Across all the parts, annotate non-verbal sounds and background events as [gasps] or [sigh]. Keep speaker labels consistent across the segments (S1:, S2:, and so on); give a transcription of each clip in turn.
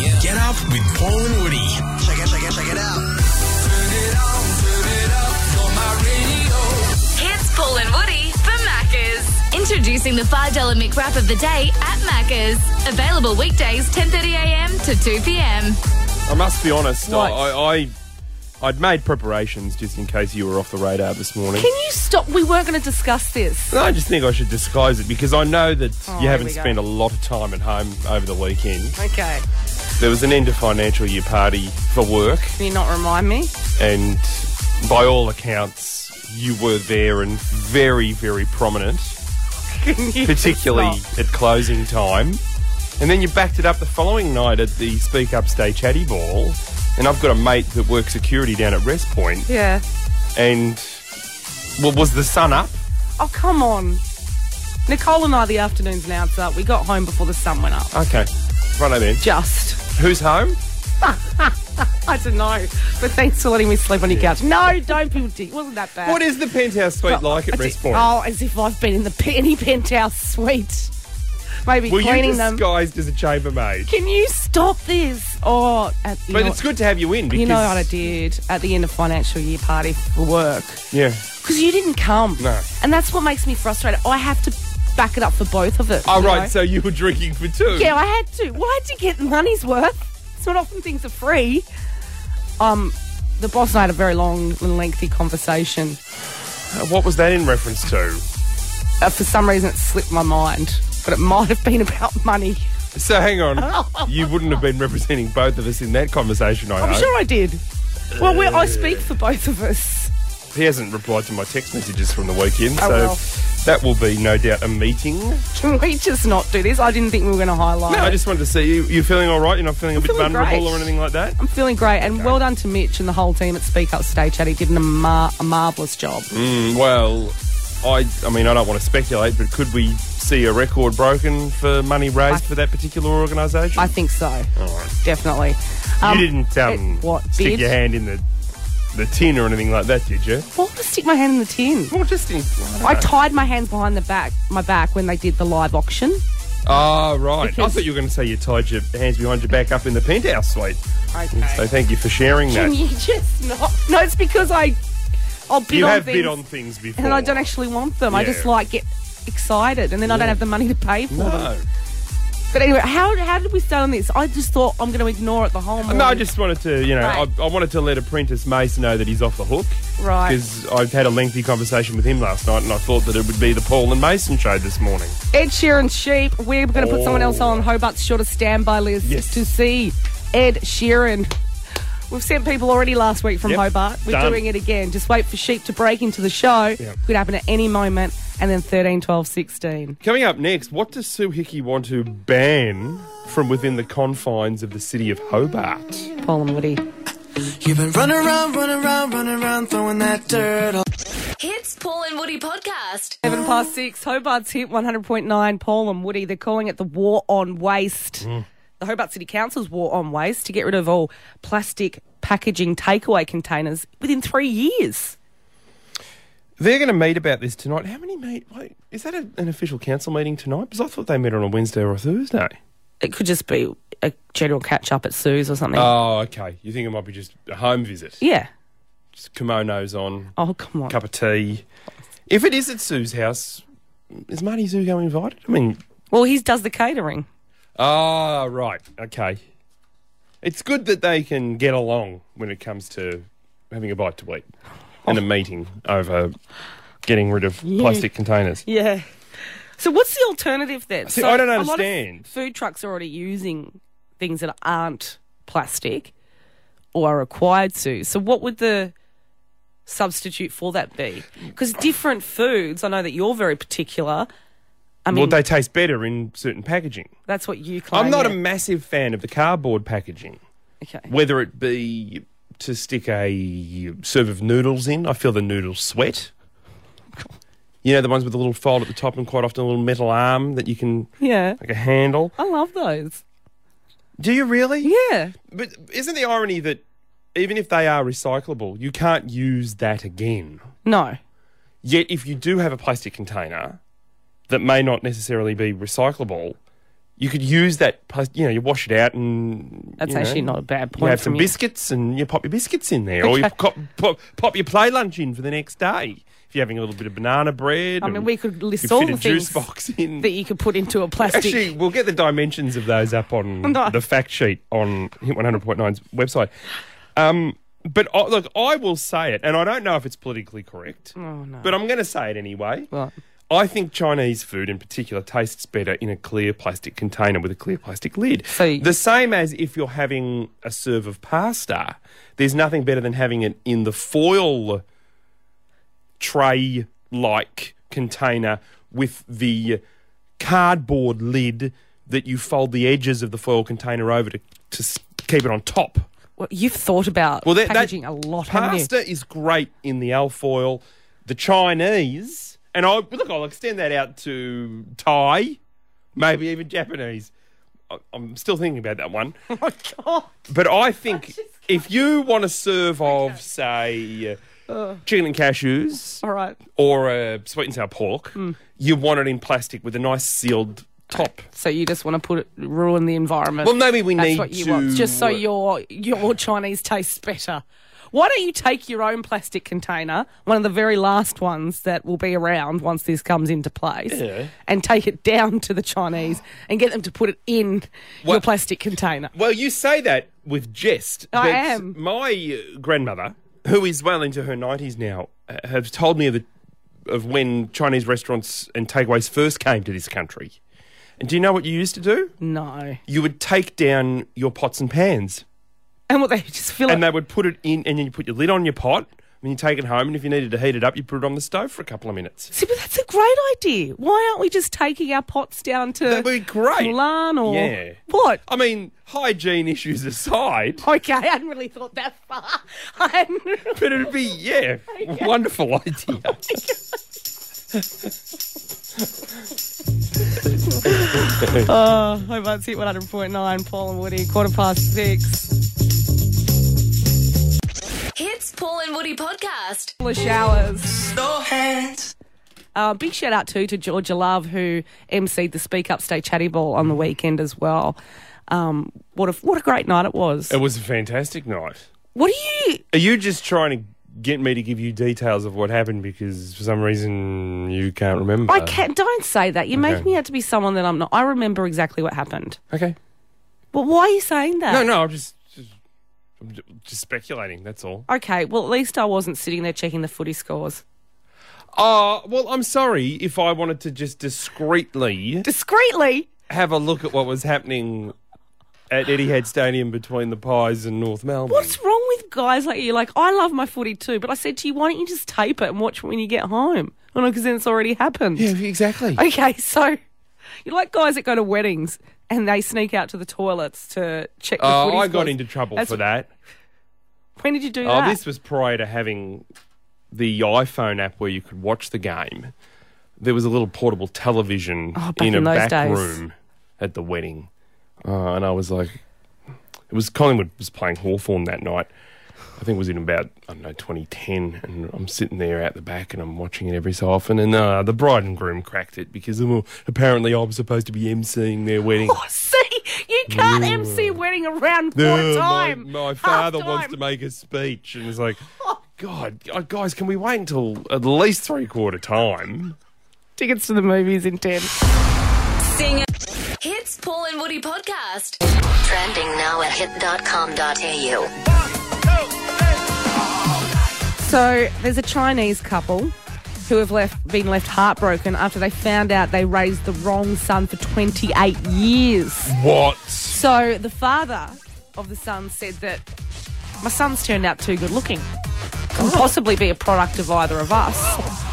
S1: Yeah. Get up with Paul and Woody.
S2: Check it, check it, check it out.
S3: It's Paul and Woody for Maccas. Introducing the $5 McWrap of the day at Maccas. Available weekdays 10.30am to 2pm.
S4: I must be honest. I,
S5: What?
S4: I, I I'd made preparations just in case you were off the radar this morning.
S5: Can you stop? We weren't going to discuss this.
S4: No, I just think I should disclose it because I know that you
S5: Oh, here
S4: haven't
S5: we go.
S4: spent a lot of time at home over the weekend.
S5: Okay.
S4: There was an end of financial year party for work,
S5: Can you not remind me? [laughs]
S4: and by all accounts, you were there and very, very prominent,
S5: Can you
S4: particularly
S5: stop?
S4: at closing time. And then you backed it up the following night at the Speak Up Stay Chatty Ball. And I've got a mate that works security down at Rest Point.
S5: Yeah.
S4: and well, was the sun up?
S5: Oh, come on. Nicole and I, the afternoon's now it's up. We got home before the sun went up.
S4: Okay, right then.
S5: Just.
S4: Who's home?
S5: I don't know. But thanks for letting me sleep on your couch. No, don't be ridiculous. It wasn't that bad.
S4: What is the penthouse suite like at
S5: I
S4: Rest
S5: did-
S4: Point?
S5: Oh, as if I've been in the pe- any penthouse suite. Maybe
S4: Were you
S5: cleaning them.
S4: disguised as a chambermaid?
S5: Can you stop this? Oh, at, you
S4: But
S5: know,
S4: it's good to have you in because
S5: You know what I did at the end of financial year party for work?
S4: Yeah.
S5: Because you didn't come.
S4: No.
S5: And that's what makes me frustrated. I have to back it up for both of us.
S4: Oh
S5: you
S4: right,
S5: know?
S4: so you were drinking for two.
S5: Yeah, I had to. Well, I had to get money's worth. It's not often things are free. Um, the boss and I had a very long and lengthy conversation.
S4: Uh, What was that in reference to?
S5: Uh, for some reason, it slipped my mind, but it might have been about money.
S4: So hang
S5: [laughs]
S4: on, you wouldn't have been representing both of us in that conversation. I
S5: I'm
S4: hope.
S5: sure I did. Well, we I speak for both of us.
S4: He hasn't replied to my text messages from the weekend, so
S5: Oh, well.
S4: that will be no doubt a meeting.
S5: Can we just not do this? I didn't think we were going to highlight.
S4: No,
S5: it.
S4: I just wanted to see you. You're feeling all right? You're not feeling a bit
S5: feeling
S4: vulnerable
S5: great.
S4: or anything like that?
S5: I'm feeling great, and well done to Mitch and the whole team at Speak Up Stay Chat. He did a, mar- a marvellous job.
S4: Well, I, I mean, I don't want to speculate, but could we see a record broken for money raised
S5: I-
S4: for that particular organisation?
S5: I think so,
S4: right.
S5: definitely.
S4: you
S5: Um,
S4: didn't um,
S5: it- what,
S4: stick
S5: bid?
S4: your hand in the the tin or anything like that, did you?
S5: Well, to stick my hand in the tin.
S4: Well, just in.
S5: I tied my hands behind the back, my back, when they did the live auction.
S4: Ah, right. I
S5: Because-
S4: thought you were going to say you tied your hands behind your back up in the penthouse suite. So thank you for sharing
S5: Can
S4: that.
S5: you just not? No, it's because I, I'll bid
S4: You
S5: on
S4: have
S5: things,
S4: bid on things before.
S5: and I don't actually want them. I just
S4: Yeah.
S5: like get excited, and then I don't have the money to pay for them.
S4: No.
S5: But anyway, how how did we start on this? I just thought I'm going to ignore it the whole morning.
S4: No, I just wanted to, you know,
S5: Right.
S4: I, I wanted to let Apprentice Mace know that he's off the hook.
S5: Right.
S4: Because I've had a lengthy conversation with him last night and I thought that it would be the Paul and Mason show this morning.
S5: Ed Sheeran sheep. We're going to put someone else on Hobart's shorter standby list
S4: Yes.
S5: to see Ed Sheeran. We've sent people already last week from
S4: Yep.
S5: Hobart. We're
S4: Done.
S5: doing it again. Just wait for sheep to break into the show. Could happen at any moment. And then 13, 12, 16.
S4: Coming up next, what does Sue Hickey want to ban from within the confines of the city of Hobart?
S5: Paul and Woody.
S2: You've been running around, running around, running around, throwing that dirt all
S3: Hits Paul and Woody podcast.
S5: Seven past six. Hobart's hit 100.9. Paul and Woody. They're calling it the war on waste.
S4: Mm.
S5: The Hobart City Council's war on waste to get rid of all plastic packaging takeaway containers within three years.
S4: They're going to meet about this tonight. How many meet? Wait, is that a, an official council meeting tonight? Because I thought they met on a Wednesday or a Thursday.
S5: it could just be a general catch up at Sue's or something.
S4: Oh, okay. You think it might be just a home visit?
S5: yeah.
S4: Just kimonos on,
S5: Oh come on.
S4: cup of tea. If it is at Sue's house, is Marty Zugo invited? I mean,
S5: Well, he does the catering.
S4: Ah, right. Okay. It's good that they can get along when it comes to having a bite to eat and a meeting over getting rid of plastic containers.
S5: Yeah. So what's the alternative then?
S4: See,
S5: so
S4: I don't
S5: a lot of
S4: understand.
S5: food trucks are already using things that aren't plastic or are required to. So what would the substitute for that be? Because different foods, I know that you're very particular. I
S4: Well,
S5: mean,
S4: they taste better in certain packaging.
S5: that's what you claim.
S4: I'm not a
S5: yeah.
S4: massive fan of the cardboard packaging,
S5: okay.
S4: whether it be to stick a serve of noodles in. I feel the noodles sweat. You know, the ones with the little fold at the top and quite often a little metal arm that you can,
S5: Yeah.
S4: like a handle.
S5: I love those.
S4: Do you really?
S5: Yeah.
S4: But isn't the irony that even if they are recyclable, you can't use that again?
S5: No.
S4: Yet, if you do have a plastic container that may not necessarily be recyclable, you could use that, plas- you know, you wash it out and.
S5: That's
S4: you know,
S5: actually not a bad
S4: You
S5: point.
S4: have
S5: from
S4: some
S5: you.
S4: biscuits and you pop your biscuits in there, or you pop, pop, pop your play lunch in for the next day. If you're having a little bit of banana bread,
S5: I mean,
S4: and
S5: we could
S4: you
S5: list
S4: fit
S5: all
S4: a
S5: the
S4: juice
S5: things
S4: box in.
S5: that you could put into a plastic.
S4: Actually, we'll get the dimensions of those up
S5: [laughs]
S4: on
S5: No.
S4: the fact sheet on Hit 100.9's website. Um, but I look, I will say it, and I don't know if it's politically correct,
S5: oh no.
S4: but I'm going to say it anyway.
S5: Right.
S4: I think Chinese food in particular tastes better in a clear plastic container with a clear plastic lid.
S5: So you-
S4: the same as if you're having a serve of pasta, there's nothing better than having it in the foil tray like container with the cardboard lid that you fold the edges of the foil container over to, to s- keep it on top.
S5: Well, you've thought about
S4: Well, that, that-
S5: packaging a lot, haven't you?
S4: Pasta is great in the alfoil. The Chinese, and I look, I'll extend that out to Thai, maybe even Japanese. I- I'm still thinking about that
S5: [laughs]
S4: one.
S5: Oh
S4: But I think if you want a serve of, say, chicken and cashews
S5: All right. Hmm.
S4: or a sweet and sour pork, you want it in plastic with a nice sealed top.
S5: So you just want to put it, ruin the environment.
S4: Well, maybe we
S5: That's
S4: need
S5: what you
S4: to
S5: want, just so your your Chinese tastes better. Why don't you take your own plastic container, one of the very last ones that will be around once this comes into place,
S4: Yeah.
S5: and take it down to the Chinese and get them to put it in your
S4: What-
S5: plastic container?
S4: Well, you say that with jest.
S5: I
S4: but
S5: am.
S4: My uh, grandmother, who is well into her nineties now, uh, has told me of, the, of when Chinese restaurants and takeaways first came to this country. And do you know what you used to do?
S5: No.
S4: You would take down your pots and pans,
S5: And what they just fill
S4: and
S5: it.
S4: they would put it in, and then you put your lid on your pot, and you take it home. And if you needed to heat it up, you put it on the stove for a couple of minutes.
S5: See, but that's a great idea. Why aren't we just taking our pots down to
S4: That would be great.
S5: Milan or
S4: Yeah.
S5: what?
S4: I mean, hygiene issues aside, [laughs]
S5: Okay, I hadn't really thought that far. [laughs] I hadn't really
S4: but it'd be
S5: [laughs]
S4: yeah, wonderful idea.
S5: Oh, hope that's hit 100.9. Paul and Woody, quarter past six.
S3: Hits Paul and Woody podcast.
S5: Full of showers.
S2: No hands.
S5: Uh, big shout out too to Georgia Love, who emceed the Speak Up Stay Chatty Ball on the weekend as well. Um, what a what a great night it was.
S4: It was a fantastic night.
S5: What do you?
S4: Are you just trying to get me to give you details of what happened because for some reason you can't remember?
S5: I can't. Don't say that. You're making
S4: okay.
S5: me out to be someone that I'm not. I remember exactly what happened.
S4: Okay.
S5: Well, why are you saying that?
S4: No, no, I'm just, just I'm ju- just speculating. That's all.
S5: Okay. Well, at least I wasn't sitting there checking the footy scores
S4: Uh, well, I'm sorry if I wanted to just discreetly
S5: discreetly.
S4: have a look at what was happening at Etihad Stadium between the Pies and North Melbourne.
S5: What's wrong with guys like you? Like, I love my footy too, but I said to you, why don't you just tape it and watch it when you get home? Oh, no, because then it's already happened.
S4: Yeah, exactly.
S5: Okay, [laughs] so you like guys that go to weddings and they sneak out to the toilets to check the
S4: Uh,
S5: footy
S4: I got
S5: scores.
S4: into trouble
S5: That's-
S4: for that.
S5: When did you do
S4: Oh,
S5: that?
S4: this was prior to having the iPhone app where you could watch the game. There was a little portable television
S5: Oh, back
S4: in a
S5: in those
S4: back
S5: days.
S4: room at the wedding. Uh, and I was like, it was Collingwood was playing Hawthorn that night. I think it was in about, I don't know, 2010. And I'm sitting there out the back and I'm watching it every so often. And uh, the bride and groom cracked it because well, apparently I'm supposed to be emceeing their wedding.
S5: [laughs] Oh, see, you can't MC a wedding around
S4: No,
S5: quarter
S4: My,
S5: time.
S4: my
S5: half
S4: father wants
S5: time.
S4: to make a speech, and it's like, God, uh, guys, can we wait until at least three quarter time?
S5: tickets to the movies in ten.
S3: Sing Hits Paul and Woody podcast.
S6: Trending now at hit.com.au.
S5: So there's a Chinese couple who have left been left heartbroken after they found out they raised the wrong son for 28 years.
S4: What?
S5: So the father of the son said that my son's turned out too good looking. Can possibly be a product of either of us.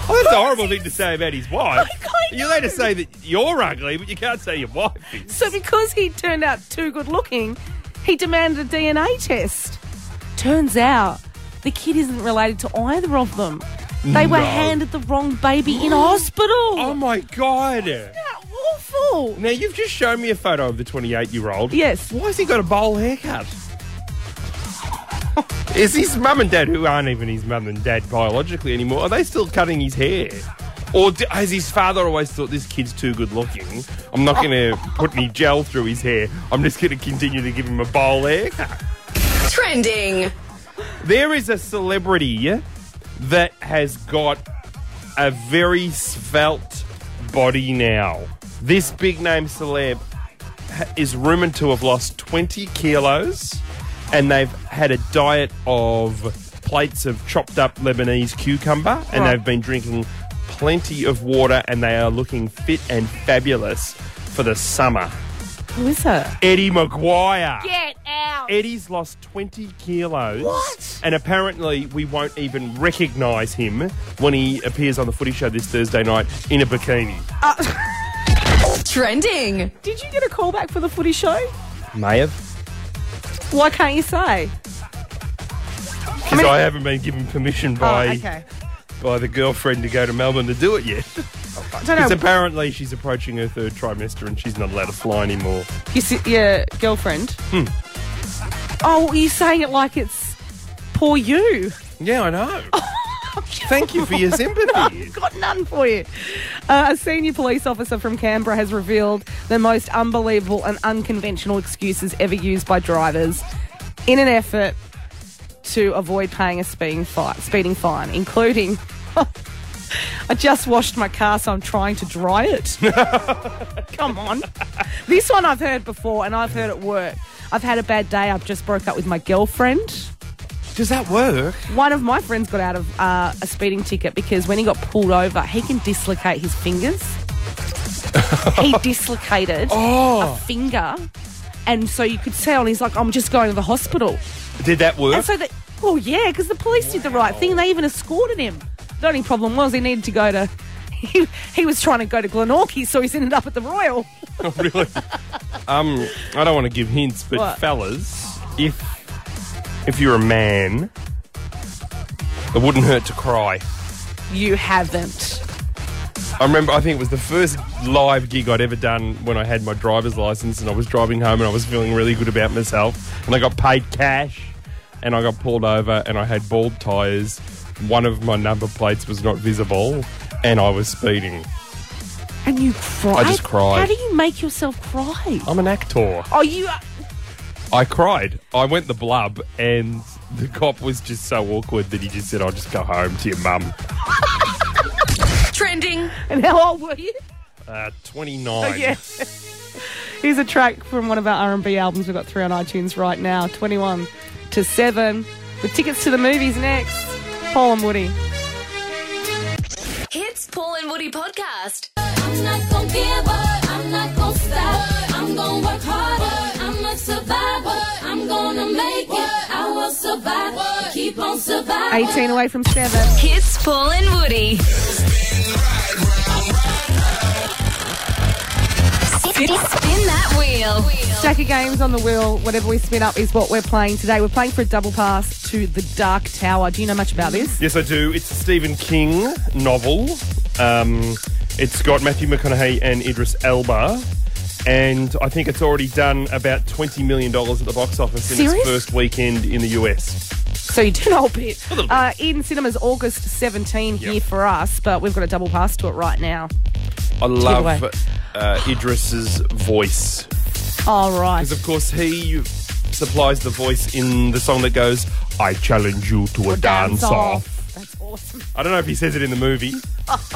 S4: Oh, that's a horrible thing to say about his wife.
S5: I
S4: You're allowed to say that you're ugly, but you can't say your wife is.
S5: So because he turned out too good looking, he demanded a DNA test. Turns out the kid isn't related to either of them. They were
S4: No.
S5: handed the wrong baby in hospital.
S4: Oh my God!
S5: How awful.
S4: Now you've just shown me a photo of the 28 year old.
S5: Yes.
S4: Why has he got a bowl haircut? [laughs] Is his mum and dad, who aren't even his mum and dad biologically anymore, are they still cutting his hair? Or d- has his father always thought this kid's too good looking? I'm not going to put any gel through his hair. I'm just going to continue to give him a bowl haircut.
S7: Trending.
S4: There is a celebrity that has got a very svelte body now. This big name celeb ha- is rumored to have lost 20 kilos and they've had a diet of plates of chopped up Lebanese cucumber and
S5: Right.
S4: they've been drinking plenty of water and they are looking fit and fabulous for the summer.
S5: Who is that?
S4: Eddie McGuire.
S3: Get out.
S4: Eddie's lost 20 kilos. And apparently, we won't even recognise him when he appears on the footy show this Thursday night in a bikini.
S7: Trending.
S5: Did you get a call back for the footy show?
S4: May have.
S5: Why can't you say?
S4: Because I haven't been given permission by,
S5: Oh, okay.
S4: by the girlfriend to go to Melbourne to do it yet.
S5: I don't know.
S4: Because apparently, she's approaching her third trimester and she's not allowed to fly anymore.
S5: Your, si- your girlfriend. Oh, you're saying it like it's poor you.
S4: Yeah, I know. Thank you
S5: [laughs]
S4: for your sympathy.
S5: Got none for you. Uh, a senior police officer from Canberra has revealed the most unbelievable and unconventional excuses ever used by drivers in an effort to avoid paying a speeding, fi- speeding fine, including. [laughs] I just washed my car, so I'm trying to dry
S4: [laughs]
S5: it. Come on. This one I've heard before, and I've heard at work. I've had a bad day. I've just broke up with my girlfriend.
S4: Does that work?
S5: One of my friends got out of uh, a speeding ticket because when he got pulled over, he can dislocate
S4: [laughs]
S5: his fingers. he dislocated
S4: Oh.
S5: a finger, and so you could tell. And he's like, "I'm just going to the hospital."
S4: Did that work?
S5: And so that, well, yeah, because the police did the right thing. They even escorted him. The only problem was he needed to go to. [laughs] He, he was trying to go to Glenorchy, so he's ended up at the Royal.
S4: really? um, I don't want to give hints, but
S5: What?
S4: fellas, if if you're a man, it wouldn't hurt to cry.
S5: You haven't.
S4: I remember, I think it was the first live gig I'd ever done when I had my driver's license, and I was driving home and I was feeling really good about myself, and I got paid cash, and I got pulled over, and I had bald tyres. One of my number plates was not visible, and I was speeding.
S5: And you cried.
S4: just cried.
S5: How do you make yourself cry?
S4: I'm an actor.
S5: Oh, you. are-
S4: I cried. I went the blub, and the cop was just so awkward that he just said, "I'll just go home to your mum."
S7: Trending.
S5: And how old were you?
S4: Uh, Twenty nine.
S5: Oh, yeah. Here's a track from one of our R&B albums. We've got three on iTunes right now. 21 to 7. With tickets to the movies next. Paul and Woody.
S3: Hits Paul and Woody podcast.
S8: I'm not gonna give up. I'm not gonna stop. I'm gonna work harder. I'm a survivor. I'm gonna make it. I will survive. Keep on surviving.
S5: 18 away from 7.
S3: Hits Paul and Woody. Spin that wheel.
S5: Stack of games on the wheel. Whatever we spin up is what we're playing today. We're playing for a double pass to The Dark Tower. Do you know much about this?
S4: Yes, I do. It's a Stephen King novel. Um, it's got Matthew McConaughey and Idris Elba. And I think it's already done about twenty million dollars at the box office in
S5: Serious?
S4: its first weekend in the US.
S5: So you do know a bit. Uh, in cinemas, August 17 here for us, but we've got a double pass to it right now.
S4: I love
S5: away.
S4: uh, Idris's voice.
S5: All right.
S4: Because, of course, he supplies the voice in the song that goes, I challenge you to a dance off.
S5: That's awesome.
S4: I don't know if he says it in the movie,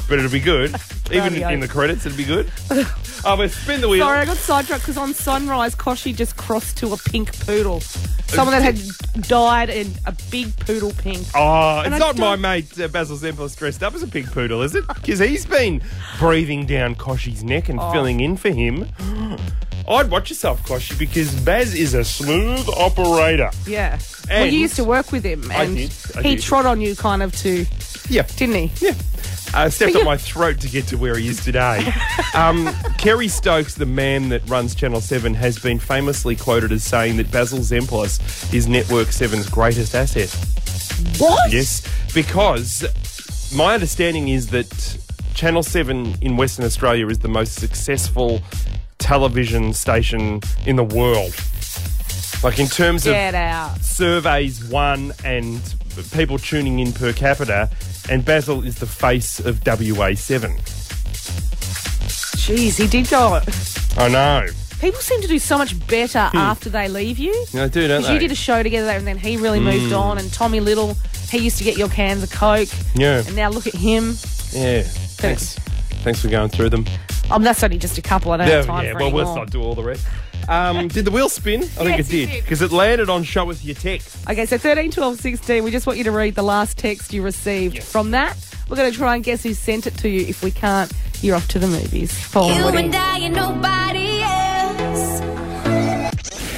S4: but it'll be
S5: [laughs]
S4: good. Even
S5: Rightio.
S4: in the credits, it'll be
S5: [laughs]
S4: good. Oh, but spin the wheel.
S5: Sorry, I got sidetracked because on Sunrise, Koshi just crossed to a pink poodle. Someone that had died in a big poodle pink.
S4: Oh, it's
S5: I
S4: not my
S5: don't-
S4: mate uh, Basil Zemplis dressed up as a pig poodle, is it? Because he's been breathing down Koshi's neck and filling in for him. Oh. [gasps] I'd watch yourself, Koshi, because Baz is a smooth operator.
S5: Yeah. well,
S4: And-
S5: you used to work with him, and
S4: I did, I
S5: he
S4: did.
S5: trod on you kind of to,
S4: Yeah.
S5: didn't he?
S4: Yeah. Uh, stepped
S5: you-
S4: on my throat to get to where he is [laughs] today. um, Kerry Stokes, the man that runs Channel 7, has been famously quoted as saying that Basil Zemplis is Network 7's greatest asset.
S5: What?
S4: Yes, because my understanding is that Channel 7 in Western Australia is the most successful television station in the world. Like, in terms of
S5: Get out.
S4: surveys won and people tuning in per capita, and Basil is the face of WA7.
S5: Jeez, he did go.
S4: I know.
S5: People seem to do so much better
S4: Hmm.
S5: after they leave you.
S4: I do, don't
S5: Because you
S4: they?
S5: did a show together and then he really moved
S4: Hmm.
S5: on, and Tommy Little, he used to get your cans of Coke,
S4: yeah.
S5: and now look at him.
S4: Yeah. Thanks. Thanks for going through them.
S5: Um, that's only just a couple. I don't have time
S4: yeah,
S5: for
S4: well,
S5: any
S4: let's
S5: more.
S4: not do all the rest. Um, did the wheel spin? I think it
S5: Yes, it
S4: did.
S5: did.
S4: Because it landed on Show Us Your Text.
S5: Okay, so 13, 12, 16, we just want you to read the last text you received. From that, we're going to try and guess who sent it to you. If we can't, you're off to the movies. Paul and
S8: You
S5: Woody.
S8: and I and nobody else.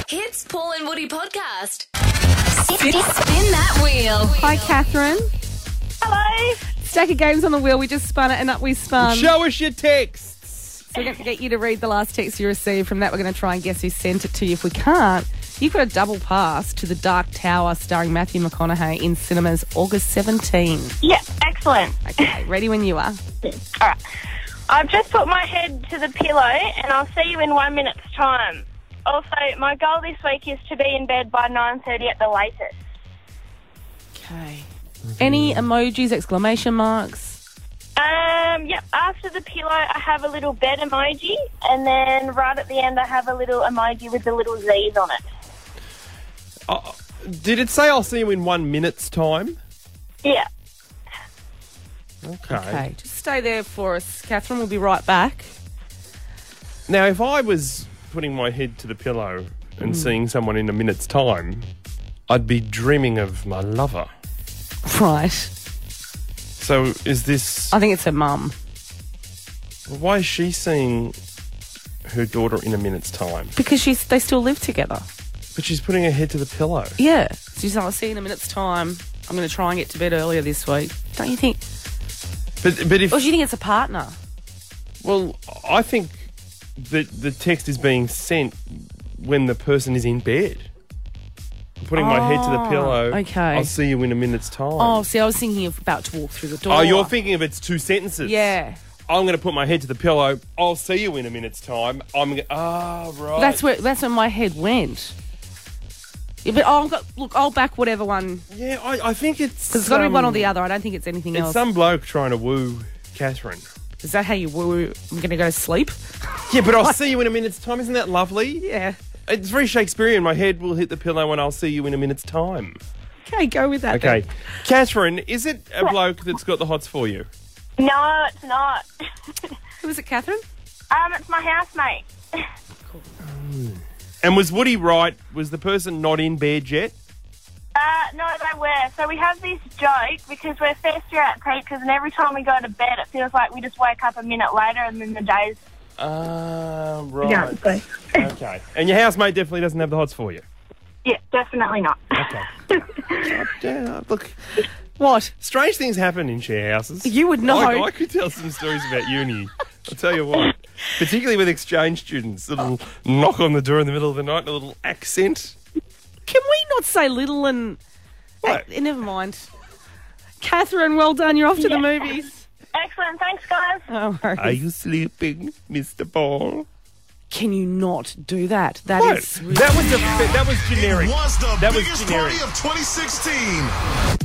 S3: Hits Paul and Woody podcast. Spin, spin that wheel.
S5: Hi, Catherine. Hello. Stack of games on the wheel. We just spun it and up we spun.
S4: Show Us Your Text.
S5: So we're going to get you to read the last text you received. From that, we're going to try and guess who sent it to you. If we can't, you've got a double pass to The Dark Tower starring Matthew McConaughey in cinemas August 17.
S9: Yeah, excellent.
S5: Okay, ready when you are.
S9: All right. I've just put my head to the pillow and I'll see you in one minute's time. Also, my goal this week is to be in bed by 9.30 at the latest.
S5: Okay. Any emojis, exclamation marks?
S9: Um, yep, after the pillow, I have a little bed emoji and then right at the end, I have a little emoji with the little Z's on it.
S4: Did it say I'll see you in one minute's time?
S9: Yeah.
S4: Okay.
S5: Okay, just stay there for us. Catherine will be right back.
S4: Now, if I was putting my head to the pillow
S5: Mm.
S4: and seeing someone in a minute's time, I'd be dreaming of my lover.
S5: Right.
S4: So is this.
S5: I think it's her mum.
S4: Why is she seeing her daughter in a minute's time?
S5: Because she's they still live together.
S4: But she's putting her head to the pillow.
S5: Yeah. She's like, I'll see you in a minute's time. I'm going to try and get to bed earlier this week. Don't you think?
S4: But, but if.
S5: Or do you think it's a partner?
S4: Well, I think that the text is being sent when the person is in bed. I'm putting my head to the pillow.
S5: Ah, okay.
S4: I'll see you in a minute's time.
S5: Oh, see, I was thinking of about to walk through the door.
S4: Oh, you're thinking of it's two sentences.
S5: Yeah.
S4: I'm going to put my head to the pillow. I'll see you in a minute's time. I'm going. Ah, right.
S5: That's where that's where my head went. Yeah, but I'll got, look. I'll back whatever one.
S4: Yeah, I, I think it's.
S5: 'cause It's got to be one
S4: um,
S5: or the other. I don't think it's anything
S4: It's
S5: else.
S4: some bloke trying to woo Catherine.
S5: Is that how you woo? I'm going to go to sleep.
S4: Yeah, but I'll see you in a minute's time. Isn't that lovely?
S5: Yeah.
S4: It's very Shakespearean. My head will hit the pillow and I'll see you in a minute's time.
S5: Okay, go with that.
S4: Okay. Catherine, is it a bloke that's got the hots for you?
S9: No, it's not. [laughs]
S5: Who was it, Catherine?
S9: um, it's my housemate.
S4: And was Woody right? Was the person not in bed yet?
S9: Uh, no, they were. So we have this joke because we're first year at teachers, and every time we go to bed, it feels like we just wake up a minute later, and then the day's.
S4: Ah, right. Okay. And your housemate definitely doesn't have the hots for you.
S9: Yeah, definitely not. [laughs]
S4: Yeah, look,
S5: What?
S4: strange things happen in share houses.
S5: You would know.
S4: I, I could tell some stories about uni. I'll tell you
S5: [laughs]
S4: what. Particularly with exchange students. A little knock on the door in the middle of the night, and a little accent.
S5: Can we not say little and?
S4: What?
S5: Eh, never mind. Catherine, well done. You're off to the movies.
S9: Excellent. Thanks, guys.
S5: Oh,
S4: Are you sleeping, Mr. Ball?
S5: can you not do that? That is
S4: What?
S5: really-
S4: That was a, that was generic.
S1: Was the
S4: that was
S1: biggest
S4: generic.
S1: party of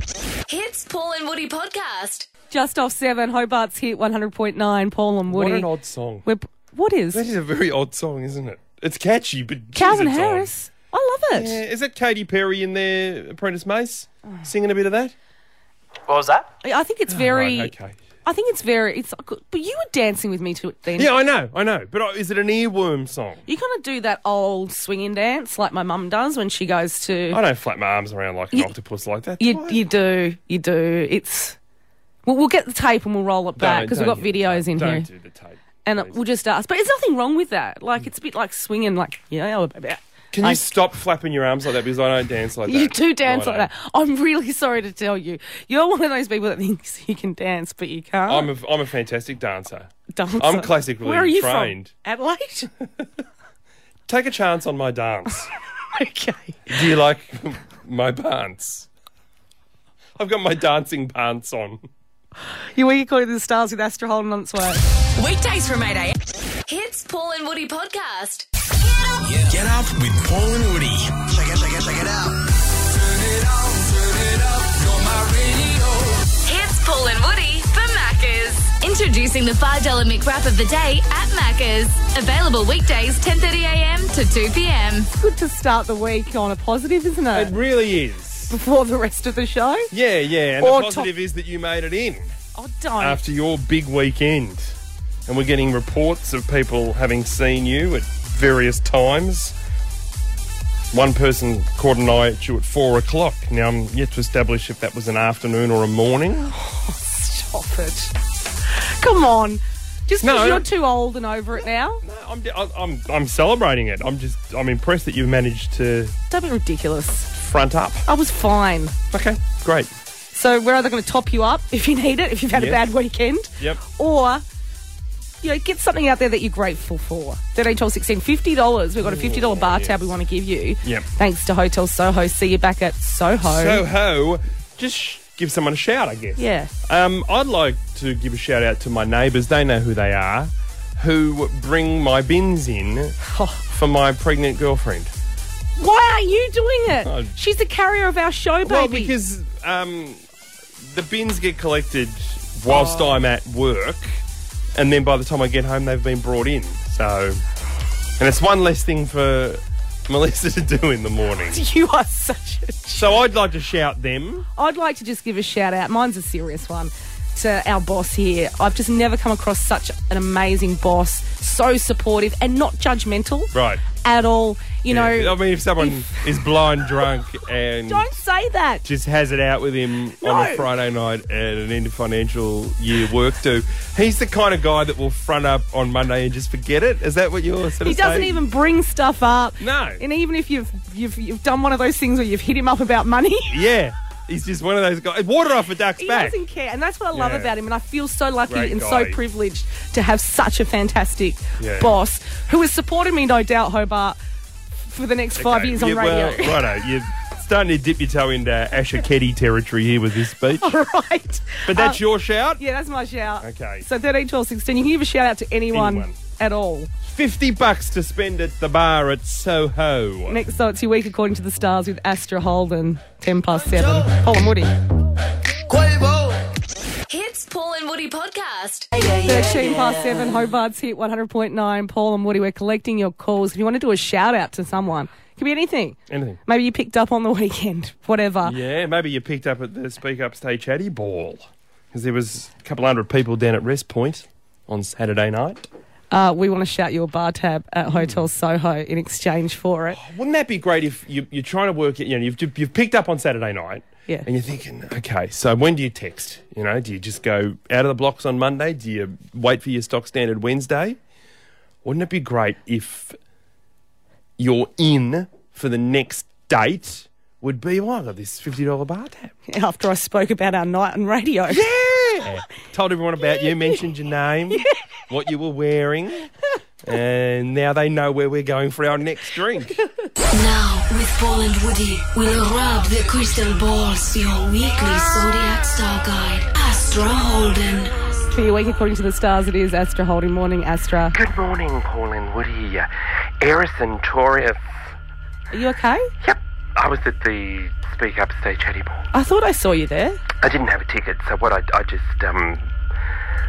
S1: 2016.
S3: Hits Paul and Woody podcast.
S5: just off seven. Hobart's hit 100.9. Paul and
S4: What
S5: Woody.
S4: an odd song.
S5: We're, what is?
S4: That is a very odd song, isn't it? It's catchy, but geez,
S5: Calvin
S4: it's odd.
S5: Harris. I love it.
S4: Yeah, is that Katy Perry in there, Apprentice Mace,
S5: Oh.
S4: singing a bit of that?
S10: What was that?
S5: I think it's very.
S4: Oh, Right, okay.
S5: I think it's very. It's good. But you were dancing with me to it then.
S4: Yeah, I know, I know. But uh, is it an earworm song?
S5: You kind of do that old swinging dance like my mum does when she goes to.
S4: I don't flap my arms around like an
S5: You-
S4: octopus like that. do
S5: You
S4: I?
S5: you do you do. It's we'll, we'll get the tape and we'll roll it back
S4: Don't-
S5: because we've got
S4: don't do-
S5: videos in
S4: don't do
S5: here,
S4: the tape.
S5: and
S4: please.
S5: we'll just ask. But there's nothing wrong with that. Like it's a bit like swinging, like yeah. yeah.
S4: Can you
S5: I-
S4: stop flapping your arms like that? Because I don't dance like that.
S5: You do dance
S4: I
S5: like that.
S4: don't.
S5: I'm really sorry to tell you. You're one of those people that thinks you can dance, but you can't.
S4: I'm a, I'm a fantastic dancer.
S5: dancer.
S4: I'm classically
S5: Where are you
S4: trained.
S5: from? Adelaide. [laughs]
S4: Take a chance on my dance.
S5: okay.
S4: do you like [laughs] my pants? I've got my dancing pants on.
S5: You were calling the stars with Astra Holden on its way.
S3: Weekdays from 8 a.m. Hits Paul and Woody podcast.
S1: Get up with Paul and Woody. Check it, check it, check it out.
S3: Hits Paul and the $5 McWrap of the day at Macca's. Available weekdays 10.30am to 2pm.
S5: Good to start the week on a positive, isn't it?
S4: It really is.
S5: Before the rest of the show.
S4: Yeah, yeah. And
S5: Or
S4: the positive
S5: top-
S4: is that you made it in
S5: Oh, don't.
S4: after your big weekend. And we're getting reports of people having seen you at various times. One person caught an eye at you at four o'clock. Now, I'm yet to establish if that was an afternoon or a morning.
S5: Stop it. Come on. Just
S4: No.
S5: because you're too old and over it now.
S4: No, I'm, I'm, I'm celebrating it. I'm just, I'm impressed that you've managed to
S5: Don't be ridiculous.
S4: front up.
S5: I was fine.
S4: Okay, great.
S5: So we're either going to top you up [laughs] if you need it, if you've had a
S4: Yes.
S5: bad weekend.
S4: Yep.
S5: Or, you know, get something out there that you're grateful for. 13, 12, 16, $50. We've got a $50 bar tab we want to give you.
S4: Yep.
S5: Thanks to Hotel Soho. See you back at Soho.
S4: So ho, just sh- give someone a shout, I guess.
S5: Yeah.
S4: Um, I'd like to give a shout out to my neighbours. They know who they are, who bring my bins in for my pregnant girlfriend.
S5: Oh, Why are you doing it?
S4: Oh.
S5: She's the carrier of our show, baby.
S4: Well, because um, the bins get collected whilst
S5: Oh.
S4: I'm at work, and then by the time I get home, they've been brought in. So, and it's one less thing for Melissa [laughs] to do in the morning.
S5: [laughs] you are such a
S4: So I'd like to shout them.
S5: I'd like to just give a shout out. Mine's a serious one to our boss here. I've just never come across such an amazing boss, so supportive and not judgmental
S4: Right.
S5: at all. You
S4: Yeah.
S5: know,
S4: I mean, if someone is blind drunk and
S5: don't say that.
S4: just has it out with him on a
S5: No.
S4: Friday night at an end of financial year work do, he's the kind of guy that will front up on Monday and just forget it. Is that what you're sort of
S5: He doesn't
S4: saying?
S5: even bring stuff up.
S4: No.
S5: And even if you've you've you've done one of those things where you've hit him up about money, [laughs]
S4: Yeah. He's just one of those guys. Water off a duck's
S5: he
S4: back.
S5: doesn't care. And that's what I love
S4: Yeah.
S5: about him. And I feel so lucky
S4: Great
S5: and
S4: guy.
S5: so privileged to have such a fantastic
S4: Yeah.
S5: boss who has supported me, no doubt, Hobart, for the next five
S4: Okay.
S5: years on
S4: yeah,
S5: radio.
S4: Well, [laughs] righto. You're starting to dip your toe into Asher Ketty territory here with this
S5: [laughs]
S4: speech.
S5: [laughs] right. Uh,
S4: But that's your shout.
S5: Yeah, that's my shout.
S4: Okay.
S5: So 13, 12, 16. You can give a shout out to anyone,
S4: Anyone.
S5: at all.
S4: 50 bucks to spend at the bar at Soho.
S5: Next, so it's your week according to the stars with Astra Holden, 10 past 7. Paul and Woody.
S3: Hits Paul and Woody podcast.
S5: 13 past 7, Hobart's hit 100.9. Paul and Woody, we're collecting your calls. If you want to do a shout out to someone, it could be anything.
S4: Anything.
S5: Maybe you picked up on the [laughs] weekend, whatever.
S4: Yeah, maybe you picked up at the Speak Up Stay Chatty Ball because there was a couple hundred people down at Rest Point on Saturday night.
S5: Uh, we want to shout your bar tab at Hotel Soho in exchange for it.
S4: Wouldn't that be great if you, you're trying to work it? You know, you've ju- you've picked up on Saturday night,
S5: Yeah.
S4: and you're thinking, okay, so when do you text? You know, do you just go out of the blocks on Monday? Do you wait for your stock standard Wednesday? Wouldn't it be great if your in for the next date would be, well, I got this fifty dollar bar tab.
S5: After I spoke about our night on radio.
S4: Yeah. Told everyone about you, mentioned your name, what you were wearing, and now they know where we're going for our next drink.
S7: Now, with Paul and Woody, we'll rub the crystal balls, your weekly zodiac star guide, Astra Holden.
S5: For your week according to the stars, it is Astra Holding Morning, Astra.
S10: Good morning, Paul and Woody. Eris and Taurus.
S5: Are you okay?
S10: Yep, I was at the Speak Up Stay Chatty Ball.
S5: I thought I saw you there. [laughs]
S10: I didn't have a ticket, so what I, I just, um,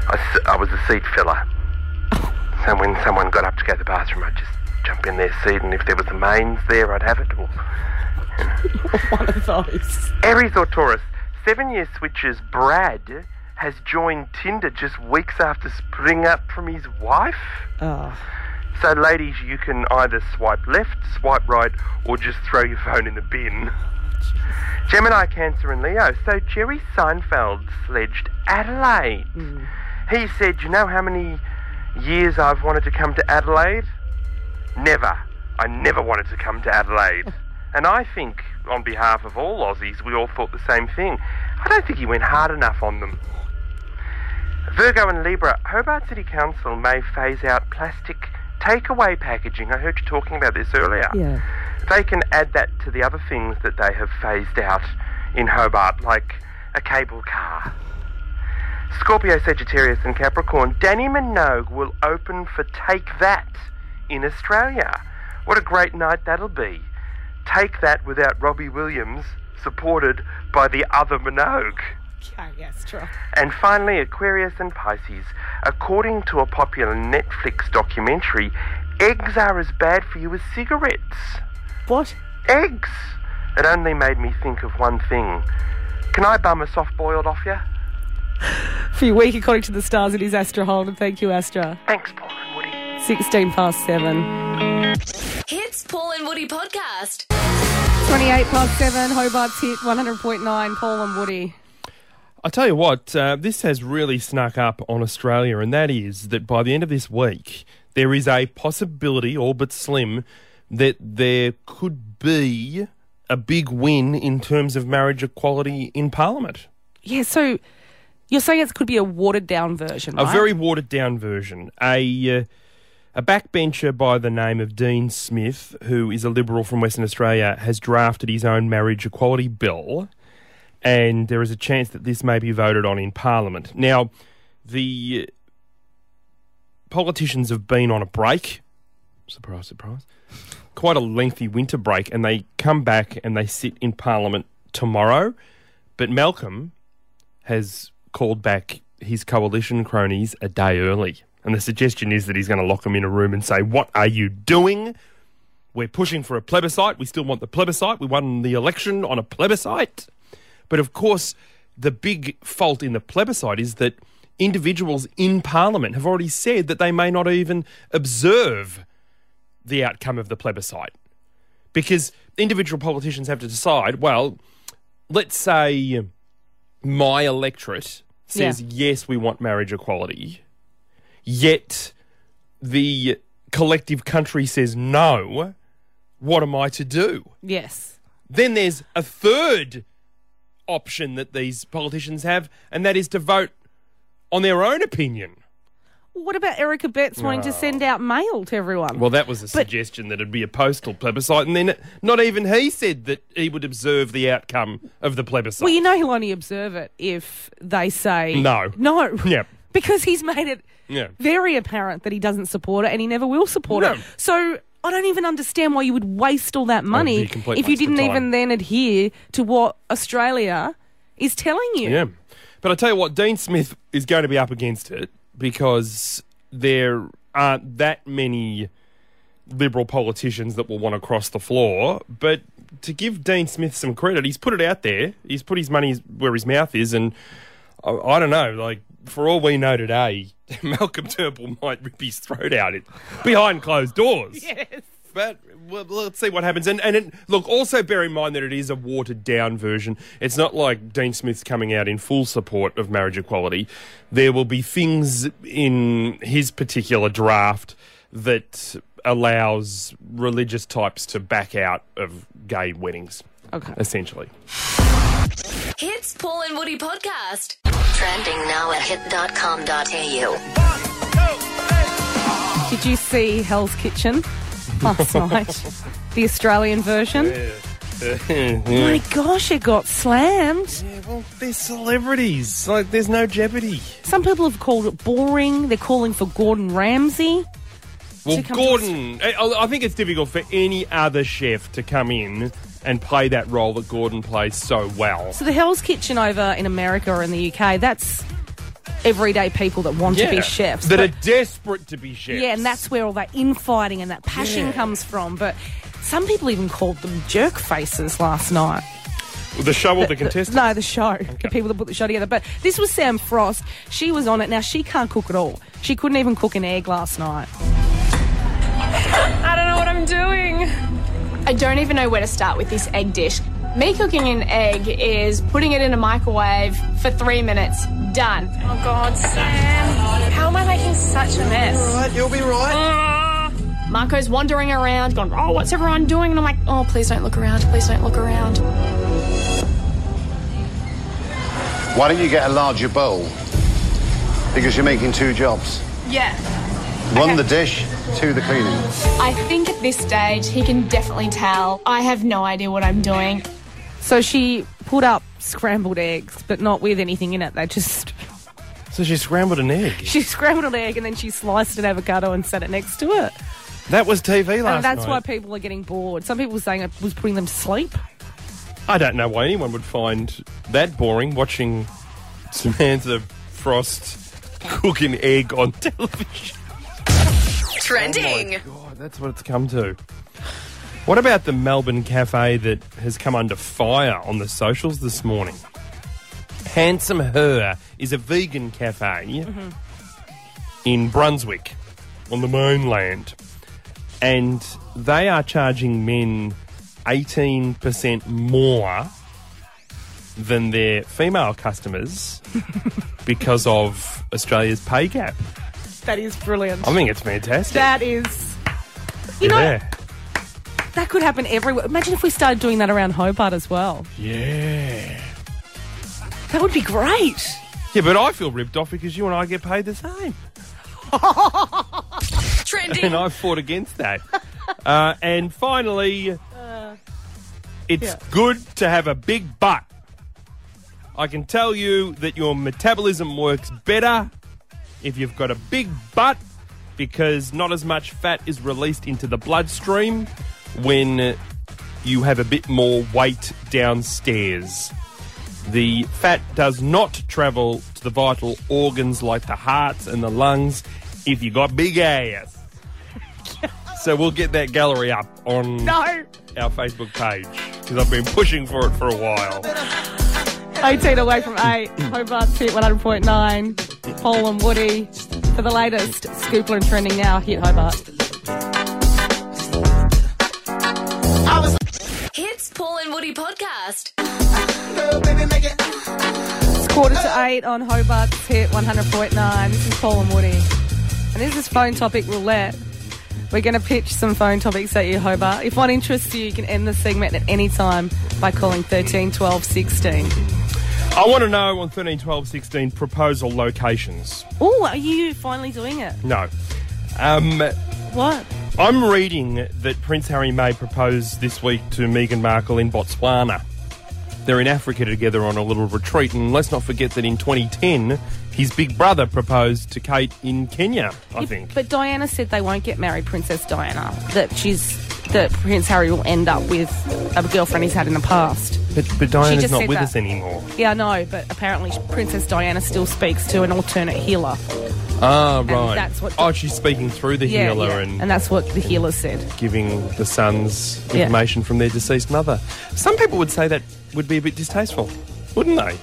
S10: I, s- I was a seat filler. So when someone got up to go to the bathroom, I'd just jump in their seat, and if there was a mains there, I'd have it. Or...
S5: One of those.
S10: Aries or Taurus, seven year switches Brad has joined Tinder just weeks after spring up from his wife.
S5: Oh.
S10: So, ladies, you can either swipe left, swipe right, or just throw your phone in the bin. Gemini, Cancer, and Leo. So, Jerry Seinfeld sledged Adelaide. He said, You know how many years I've wanted to come to Adelaide? Never. I never wanted to come to Adelaide. and I think, on behalf of all Aussies, we all thought the same thing. I don't think he went hard enough on them. Virgo and Libra, Hobart City Council may phase out plastic takeaway packaging. I heard you talking about this earlier.
S5: Yeah.
S10: They can add that to the other things that they have phased out in Hobart, like a cable car. Scorpio, Sagittarius, and Capricorn, Danny Minogue will open for Take That in Australia. What a great night that'll be. Take That without Robbie Williams, supported by the other Minogue.
S5: Okay, Astro.
S10: And finally, Aquarius and Pisces. According to a popular Netflix documentary, eggs are as bad for you as cigarettes.
S5: What?
S10: Eggs! It only made me think of one thing. Can I bum a soft boiled off you?
S5: For your week according to the stars, it is Astra Holden. Thank you, Astra.
S10: Thanks, Paul and Woody.
S5: 16 past 7.
S3: Hits Paul and Woody podcast.
S5: 28 past 7, Hobart's hit 100.9, Paul and Woody.
S4: I tell you what, uh, this has really snuck up on Australia, and that is that by the end of this week, there is a possibility, all but slim, that there could be a big win in terms of marriage equality in Parliament.
S5: Yeah, so you're saying it could be a watered down version,
S4: A
S5: right?
S4: very watered down version. A uh, a backbencher by the name of Dean Smith, who is a liberal from Western Australia, has drafted his own marriage equality bill, and there is a chance that this may be voted on in Parliament. Now, the uh, politicians have been on a break. Surprise, surprise. Quite a lengthy winter break, and they come back and they sit in Parliament tomorrow. But Malcolm has called back his coalition cronies a day early. And the suggestion is that he's going to lock them in a room and say, What are you doing? We're pushing for a plebiscite. We still want the plebiscite. We won the election on a plebiscite. But of course, the big fault in the plebiscite is that individuals in Parliament have already said that they may not even observe the outcome of the plebiscite. Because individual politicians have to decide, well, let's say my electorate says yes, we want marriage equality, yet the collective country says no. What am I to do?
S5: Yes.
S4: Then there's a third option that these politicians have, and that is to vote on their own opinion.
S5: What about Erica Betts wanting to send out mail to everyone?
S4: Well, that was a suggestion that it'd be a postal plebiscite, and then not even he said that he would observe the outcome of the plebiscite.
S5: Well, you know he'll only observe it if they say
S4: No.
S5: No.
S4: Yep.
S5: [laughs] Because he's made it
S4: Yeah.
S5: very apparent that he doesn't support it and he never will support it.
S4: No.
S5: So I don't even understand why you would waste all that
S4: be
S5: money
S4: a complete
S5: if you
S4: waste of
S5: didn't
S4: time.
S5: even then adhere to what Australia is telling you.
S4: Yeah. But I tell you what, Dean Smith is going to be up against it because there aren't that many liberal politicians that will want to cross the floor. But to give Dean Smith some credit, he's put it out there. He's put his money where his mouth is, and I, I don't know, like for all we know today, [laughs] Malcolm Turnbull might rip his throat out it, behind closed doors.
S5: Yes.
S4: But well, let's see what happens. And, and it, look, also bear in mind that it is a watered down version. It's not like Dean Smith's coming out in full support of marriage equality. There will be things in his particular draft that allows religious types to back out of gay weddings,
S5: Okay.
S4: [laughs] essentially.
S3: Hits Paul and Woody podcast.
S6: Trending now at hit.com.au.
S5: Did you see Hell's Kitchen
S4: [laughs]
S5: last night? The Australian version? My gosh, it got slammed.
S4: well, they're celebrities. Like, there's no jeopardy.
S5: Some people have called it boring. They're calling for Gordon Ramsay.
S4: Well,
S5: to come to
S4: Gordon, I I- I think it's difficult for any other chef to come in and play that role that Gordon plays so well.
S5: So the Hell's Kitchen over in America or in the UK, that's everyday people that want to be chefs.
S4: that
S5: But-
S4: are desperate to be chefs.
S5: yeah, and that's where all that infighting and that passion comes from. But some people even called them jerk faces last night.
S4: the show or the contestant.
S5: [laughs] No, the show. The people that put the show together. But this was Sam Frost. She was on it. Now, she can't cook at all. She couldn't even cook an egg last night.
S11: I don't know what I'm doing. I don't even know where to start with this egg dish. Me cooking an egg is putting it in a microwave for three minutes. Done. Oh God, Sam. How am I making such a mess?
S1: You'll be right.
S11: Marco's wandering around, going, oh, what's everyone doing? And I'm like, oh, please don't look around, please don't look around.
S12: Why don't you get a larger bowl? Because you're making two jobs.
S11: Yeah.
S12: One the dish, two the cleaning.
S11: I think at this stage, he can definitely tell. I have no idea what I'm doing.
S5: So she put up scrambled eggs, but not with anything in it. They just. [laughs]
S4: So she scrambled an egg.
S5: She scrambled an egg and then she sliced an avocado and set it next to it.
S4: That was TV last
S5: and that's why
S4: night.
S5: people are getting bored. Some people were saying it was putting them to sleep.
S4: I don't know why anyone would find that boring watching Samantha Frost cook an egg on [laughs] television. Oh
S13: Trending.
S4: That's what it's come to. What about the Melbourne cafe that has come under fire on the socials this morning? Handsome Her is a vegan cafe in Brunswick on the mainland. And they are charging men 18% more than their female
S5: [laughs]
S4: customers because of Australia's pay gap.
S5: That is brilliant.
S4: I think it's fantastic.
S5: That is. You know,
S4: yeah.
S5: that could happen everywhere. Imagine if we started doing that around Hobart as well.
S4: Yeah.
S5: That would be great.
S4: Yeah, but I feel ripped off because you and I get paid the
S5: [laughs]
S4: same.
S13: Trending.
S4: And I fought against
S5: [laughs]
S4: that. uh, and finally, it's
S13: yeah.
S4: good to have a big butt. I can tell you that your metabolism works better if you've got a big butt because not as much fat is released into the bloodstream when you have a bit more weight downstairs. The fat does not travel to the vital organs like the hearts and the lungs if you got big ass. so we'll get that gallery up on
S5: No.
S4: our Facebook page because I've been pushing for it for a while.
S5: 18 away from 8. Hobart's hit 100.9. Paul and Woody. For the latest, Scoopler and Trending Now, hit Hobart.
S3: Hits Paul and Woody podcast.
S5: It's quarter to 8 on Hobart's hit 100.9. This is Paul and Woody. And this is phone topic roulette. We're going to pitch some phone topics at you, Hobart. If one interests you, you can end the segment at any time by calling 13 12 16.
S4: I want to know on 13, 12, 16 proposal locations.
S5: Oh, are you finally doing it?
S4: No. Um,
S5: What?
S4: I'm reading that Prince Harry may propose this week to Meghan Markle in Botswana. They're in Africa together on a little retreat, and let's not forget that in 2010, his big brother proposed to Kate in Kenya, I think.
S5: But Diana said they won't get married, Princess Diana. That she's that Prince Harry will end up with a girlfriend he's had in the past.
S4: But, but
S5: She
S4: Diana's
S5: just
S4: not
S5: said
S4: with
S5: that.
S4: us anymore.
S5: Yeah, I know, but apparently Princess Diana still speaks to an alternate healer.
S4: Ah,
S5: And
S4: right.
S5: that's what-
S4: oh, she's speaking through the
S5: yeah,
S4: healer
S5: yeah.
S4: and
S5: that's what the healer said.
S4: giving the sons
S5: Yeah.
S4: information from their deceased mother. Some people would say that would be a bit distasteful, wouldn't they?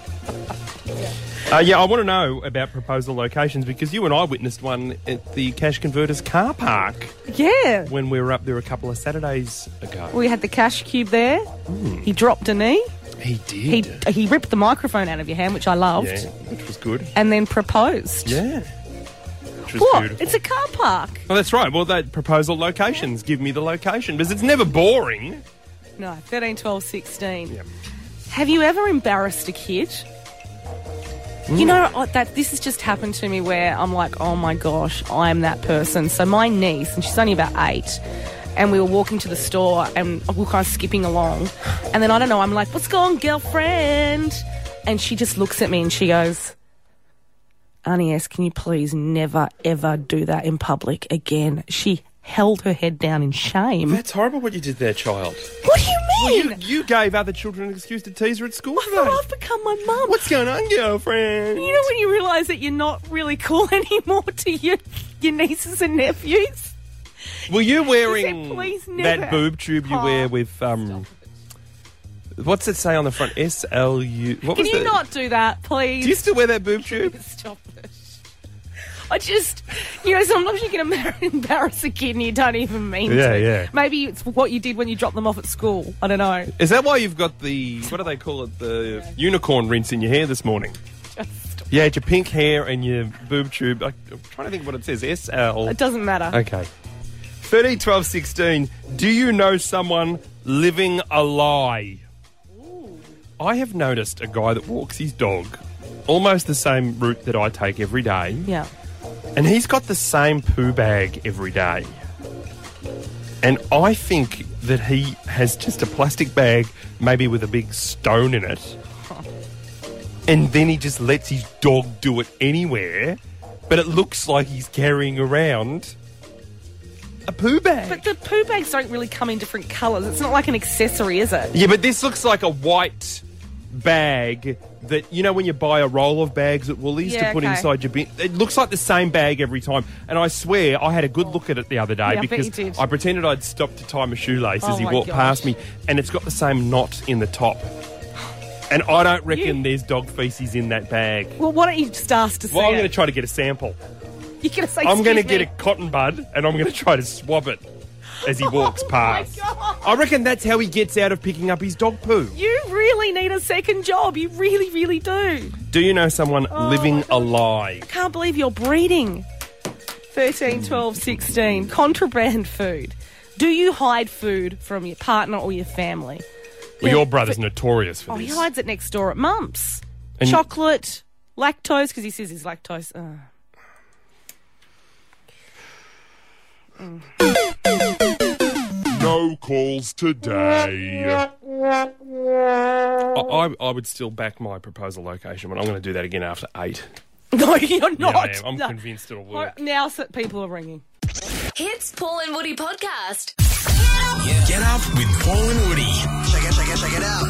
S4: Uh, yeah, I want to know about proposal locations because you and I witnessed one at the Cash Converters car park
S5: Yeah.
S4: when we were up there a couple of Saturdays ago.
S5: We had the cash cube there.
S4: Hmm.
S5: He dropped a knee.
S4: He did.
S5: He he ripped the microphone out of your hand, which I loved,
S4: yeah, which was good.
S5: and then proposed.
S4: Yeah. Which was
S5: What?
S4: beautiful.
S5: It's a car park.
S4: Well, that's right. Well, that proposal locations give me the location because it's never boring.
S5: No, 13, 12, 16. Have you ever embarrassed a kid? You know I- that this has just happened to me where I'm like, oh my gosh, I'm that person. So my niece, and she's only about eight, and we were walking to the store and we were kind of skipping along, and then I don't know, I'm like, what's going, on, girlfriend? And she just looks at me and she goes, Auntie S, can you please never ever do that in public again? She held her head down in shame.
S4: That's horrible what you did there, child.
S5: What do you mean?
S4: you, gave other children an excuse to tease her at school. I
S5: thought I've become my mum.
S4: What's going on, girlfriend?
S5: You know when you realise that you're not really cool [laughs] anymore to your your nieces and nephews?
S4: Were you
S5: Is
S4: wearing
S5: it please never?
S4: that boob tube you wear with um? What's it say on the front? S L U. What
S5: Can
S4: was
S5: you
S4: the-
S5: not do that, please?
S4: Do you still wear that boob tube?
S5: Stop it. I just, you know, sometimes you can embar- [laughs] embarrass a kid and you don't even mean
S4: Yeah,
S5: to.
S4: yeah.
S5: Maybe it's what you did when you dropped them off at school. I don't know.
S4: Is that why you've got the what do they call it? The unicorn rinse in your hair this morning. Yeah, it's your pink hair and your boob tube. I, I'm trying to think what it says. S L.
S5: It doesn't matter.
S4: Okay. 13, 12, 16. Do you know someone living a lie? I have noticed a guy that walks his dog almost the same route that I take every day.
S5: Yeah.
S4: And he's got the same poo bag every day. And I think that he has just a plastic bag, maybe with a big stone in it. And then he just lets his dog do it anywhere. But it looks like he's carrying around a poo bag.
S5: But the poo bags don't really come in different colours. It's not like an accessory, is it?
S4: Yeah, but this looks like a white bag that you know when you buy a roll of bags at Woolies
S5: Yeah,
S4: to put
S5: okay.
S4: inside your bin, it looks like the same bag every time. And I swear, I had a good look at it the other day
S5: Yeah, I bet
S4: because
S5: you did.
S4: I pretended I'd stopped to tie my shoelace
S5: Oh
S4: as he
S5: my
S4: walked
S5: gosh.
S4: past me, and it's got the same knot in the top. And I don't reckon there's dog feces in that bag.
S5: Well, why don't you just ask to see
S4: Well, I'm
S5: it?
S4: going to try to get a sample.
S5: You're going to say,
S4: I'm going to get a
S5: it.
S4: cotton bud and I'm going to try to swab it as
S5: [laughs]
S4: he walks
S5: Oh
S4: past. I reckon that's how he gets out of picking up his dog poo.
S5: You really need a second job. You really, really do.
S4: Do you know someone
S5: Oh,
S4: living a lie?
S5: I can't believe you're breeding. 13, 12, 16. Contraband food. Do you hide food from your partner or your family?
S4: Well,
S5: Yeah.
S4: your brother's notorious for
S5: Oh, he
S4: this.
S5: hides it next door at Mumps.
S4: And-
S5: Chocolate, lactose, because he says he's lactose. Uh. [laughs]
S4: No calls today. I,
S5: No,
S4: I, I would still back my proposal location, but I'm going to do that again after eight.
S5: you're
S4: Yeah, I
S5: not.
S4: am. I'm
S5: No.
S4: convinced it'll work.
S5: Oh, Now that people are ringing.
S13: Hits Paul and Woody podcast.
S1: Get up with Paul and Woody. Check it, check it, check it out.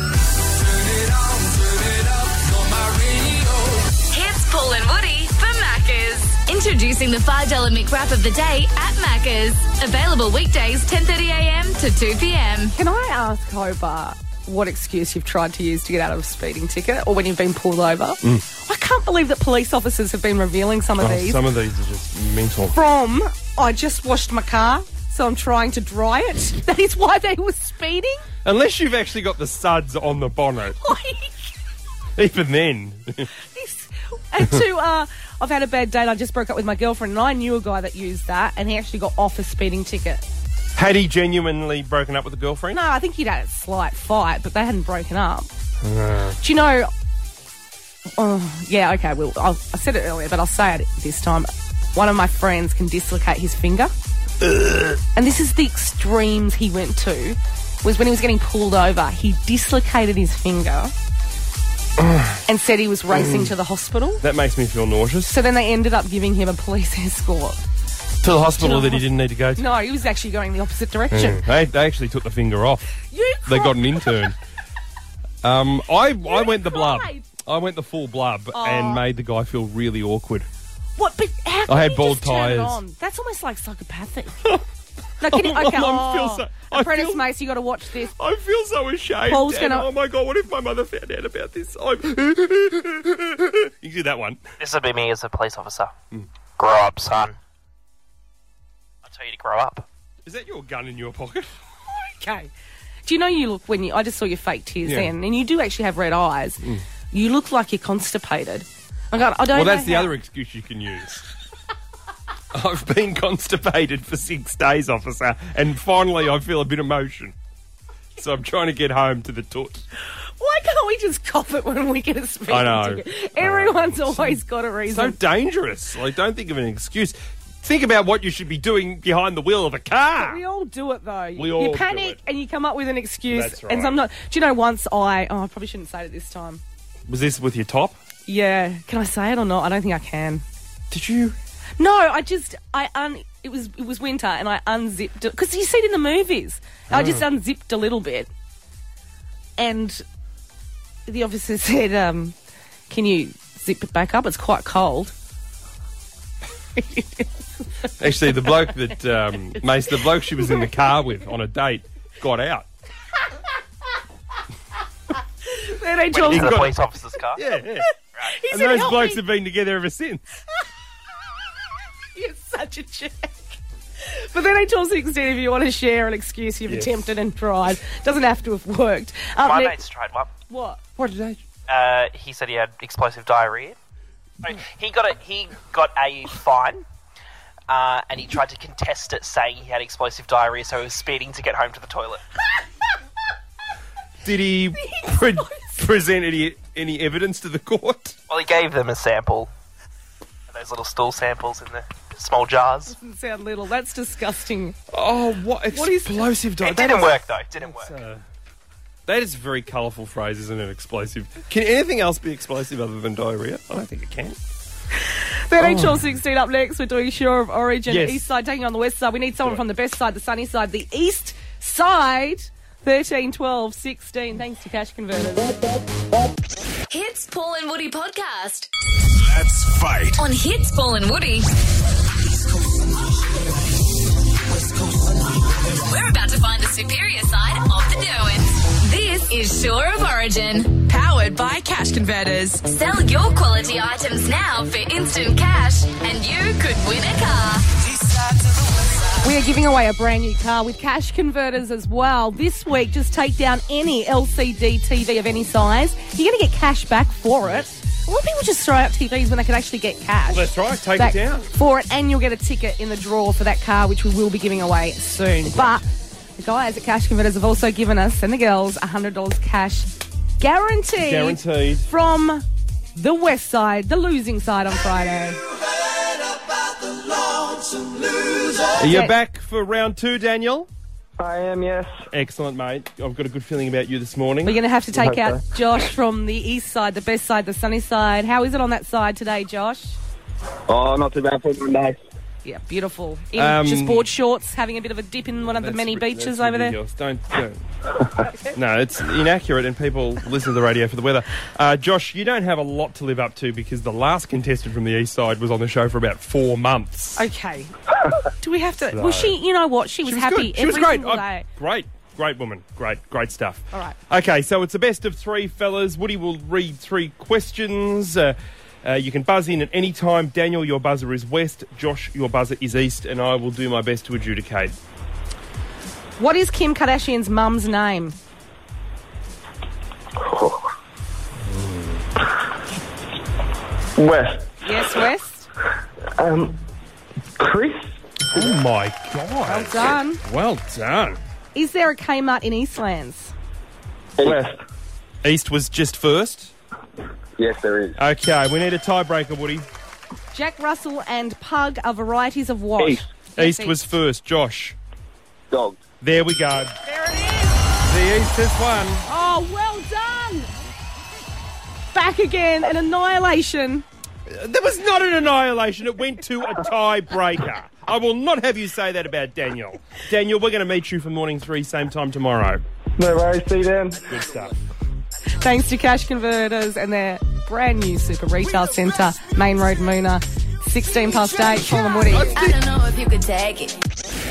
S3: Hits Paul and Woody for Maccas. Introducing the $5 McWrap of the day at Maccas. Available weekdays 10.30am to 2pm.
S5: Can I ask Hobart what excuse you've tried to use to get out of a speeding ticket or when you've been pulled over? I can't believe that police officers have been revealing some of
S4: Mm. Oh,
S5: these.
S4: some of these are just mental.
S5: From, I just washed my car, so I'm trying to dry it. [laughs] That is why they were speeding? [laughs]
S4: Unless you've actually got the suds on the bonnet. [laughs] Even then. [laughs]
S5: and to, uh, I've had a bad date. I just broke up with my girlfriend, and I knew a guy that used that, and he actually got off a speeding ticket.
S4: Had he genuinely broken up with a girlfriend?
S5: No, I think he'd had a slight fight, but they hadn't broken up.
S4: Uh,
S5: Do you know? Oh, yeah, okay. Well, I'll, I said it earlier, but I'll say it this time. One of my friends can dislocate his finger, and this is the extremes he went to. Was when he was getting pulled over, he dislocated his finger and said he was racing to the hospital.
S4: that makes me feel nauseous.
S5: So then they ended up giving him a police [laughs] escort.
S4: To the hospital that he didn't need to go to.
S5: No, he was actually going the opposite direction.
S4: Mm. They, they actually took the finger off.
S5: You
S4: They got an intern. um, I, I went the blub.
S5: cried.
S4: I went the full blub
S5: Oh.
S4: and made the guy feel really awkward.
S5: What? But how can
S4: had
S5: you
S4: bald
S5: just turn it
S4: tyres.
S5: on? That's almost like
S4: [laughs]
S5: psychopathic. no, can you,
S4: Oh,
S5: okay.
S4: I feel
S5: oh,
S4: so- I
S5: apprentice
S4: feel-
S5: mates, you got to watch this.
S4: I feel so ashamed.
S5: Paul's
S4: and,
S5: gonna-
S4: Oh my god! What if my mother found out about this? I'm... [laughs] you can do that one.
S14: This would be me as a police officer. Grow up, son. I tell you to grow up.
S4: Is that your gun in your pocket?
S5: Okay. Do you know you look when you? I just saw your fake tears
S4: Yeah.
S5: then, and you do actually have red eyes.
S4: Mm.
S5: You look like you're constipated. I got. I don't.
S4: well, that's
S5: know
S4: the
S5: how-
S4: other excuse you can use. [laughs] I've been constipated for six days, officer, and finally I feel a bit of motion. So I'm trying to get home to the toot.
S5: Why can't we just cop it when we get a speeding
S4: I know.
S5: ticket? Everyone's always got a
S4: So
S5: reason.
S4: dangerous. Like, don't think of an excuse. Think about what you should be doing behind the wheel of a car.
S5: We all do it though.
S4: We
S5: you
S4: all do
S5: panic and you come up with an excuse.
S4: That's
S5: And
S4: right.
S5: I'm not. Do you know? Once I. Oh, I probably shouldn't say it this time.
S4: Was this with your top?
S5: Yeah. Can I say it or not? I don't think I can.
S4: Did you?
S5: No, I just I un it was it was winter and I unzipped it because you see it in the movies. I just
S13: Oh.
S5: unzipped a little bit, and the officer [laughs] said, um, "Can you zip it back up? It's quite cold."
S4: Actually, the bloke
S5: [laughs]
S4: that, um, Mace, the bloke she was in the car with on a date got
S5: [laughs]
S4: out.
S5: Then I
S14: Went
S5: told
S14: into the police officer's
S12: [laughs]
S14: car.
S4: Yeah, yeah.
S5: He
S4: and
S5: said,
S4: those
S5: "Help
S4: blokes
S5: me."
S4: have been together ever since.
S5: [laughs] You're such a jerk. But then I told 16 if you want to share an excuse you've
S14: Yes.
S5: attempted and tried, doesn't have to have worked. Up
S14: My
S5: next-
S14: mate's tried one.
S5: what? What did I?
S14: Uh, he said he had explosive diarrhea. So He got a he got a fine, uh, and he tried to contest it, saying he had explosive diarrhea, so he was speeding to get home to the toilet.
S4: Did
S5: [laughs]
S4: he pre- present any, any evidence to the court?
S14: Well, he gave them a sample, those little stool samples in the small jars.
S5: Doesn't sound little. That's disgusting.
S4: Oh, what explosive
S14: It didn't work though. It didn't work.
S4: That is a very colourful phrase, isn't it? Explosive. Can anything else be explosive other than diarrhea? I don't think it can.
S5: 13
S4: Oh.
S5: till 16 up next. We're doing Shore of Origin,
S4: Yes.
S5: East Side taking on the West Side. We need someone from the best side, the sunny side, the East Side. 13, 12, 16. Thanks to Cash Converters.
S13: Hits Paul and Woody podcast.
S1: Let's fight.
S13: On Hits Paul and Woody. We're about to find the superior side of the Derwents. This is Shore of Origin, powered by Cash Converters. Sell your quality items now for instant cash, and you could win a car.
S5: We are giving away a brand new car with cash converters as well. This week, just take down any LCD TV of any size. You're going to get cash back for it. A lot of people just throw out TVs when they can actually get cash.
S4: Well, that's right. Take
S5: back
S4: it down.
S5: For it, and you'll get a ticket in the draw for that car, which we will be giving away soon. But the guys at Cash Converters have also given us and the girls $100 cash guaranteed,
S4: Guaranteed.
S5: from the West Side, the losing side on Friday.
S4: Are you back for round two, Daniel?
S15: I am, yes.
S4: Excellent, mate. I've got a good feeling about you this morning.
S5: We're going to have to take out Josh from the east side, the best side, the sunny side. How is it on that side today, Josh?
S15: Oh, not too bad for one day.
S5: Yeah, beautiful. In
S4: Um,
S5: just board shorts, having a bit of a dip in one of the
S4: That's
S5: many
S4: ri-
S5: beaches
S4: that's
S5: over there.
S4: ridiculous. Don't. don't. no, it's inaccurate, and people listen to the radio for the weather. Uh, Josh, you don't have a lot to live up to because the last contestant from the east side was on the show for about four months.
S5: Okay. Do we have
S4: [laughs]
S5: to?
S4: So-
S5: Well, she, you know what? She was, happy
S4: Good. She
S5: every
S4: was great.
S5: single
S4: I-
S5: day.
S4: great. Great woman. Great, great stuff.
S5: All right.
S4: Okay, so it's a best of three, fellas. Woody will read three questions. Uh, uh, you can buzz in at any time. Daniel, your buzzer is west. Josh, your buzzer is east, and I will do my best to adjudicate.
S5: What is Kim Kardashian's mum's name?
S15: West.
S5: Yes, West.
S15: Um, Chris?
S4: Oh my god.
S5: Well done.
S4: Well done.
S5: Is there a Kmart in Eastlands?
S4: West. East was just first.
S15: Yes, there is.
S4: Okay, we need a tiebreaker, Woody.
S5: Jack Russell and Pug are varieties of what? Yes,
S4: East was first. Josh.
S15: Dog.
S4: There we go. The East has won.
S5: Oh, well done! Back again, an annihilation.
S4: That was not an annihilation. It went to a tiebreaker. I will not have you say that about Daniel. Daniel, we're going to meet you for morning three, same time tomorrow.
S15: No worries, see you then.
S4: Good stuff.
S5: Thanks to Cash Converters and their brand new super retail centre, Main Road Moona, 16 past 8, Paul and Woody.
S13: I don't know if you could take it.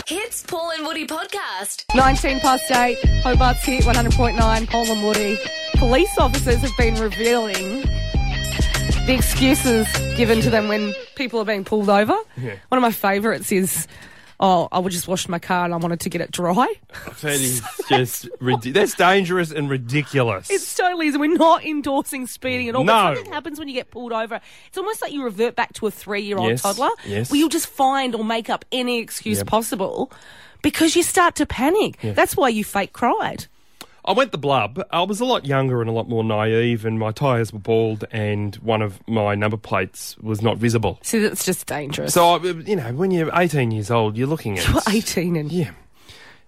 S13: Hits Paul and Woody podcast.
S5: 19 past 8, Hobart's hit 100.9, Paul and Woody. Police officers have been revealing the excuses given to them when people are being pulled over.
S4: Yeah.
S5: One of my favourites is, oh, I just washed my car and I wanted to get
S4: [laughs]
S5: it dry.
S4: That is just ridi- that's dangerous and ridiculous.
S5: It's totally easy. We're not endorsing speeding at all.
S4: No.
S5: But something happens when you get pulled over. It's almost like you revert back to a three-year-old
S4: Yes,
S5: toddler.
S4: yes.
S5: Where you'll just find or make up any excuse
S4: Yep.
S5: possible because you start to panic.
S4: Yeah.
S5: That's why you fake cried.
S4: I went the blub. I was a lot younger and a lot more naive, and my tyres were bald, and one of my number plates was not visible.
S5: See, that's just dangerous.
S4: So, I- you know, when you're 18 years old, you're looking at
S5: You're [laughs] 18 and...
S4: Yeah.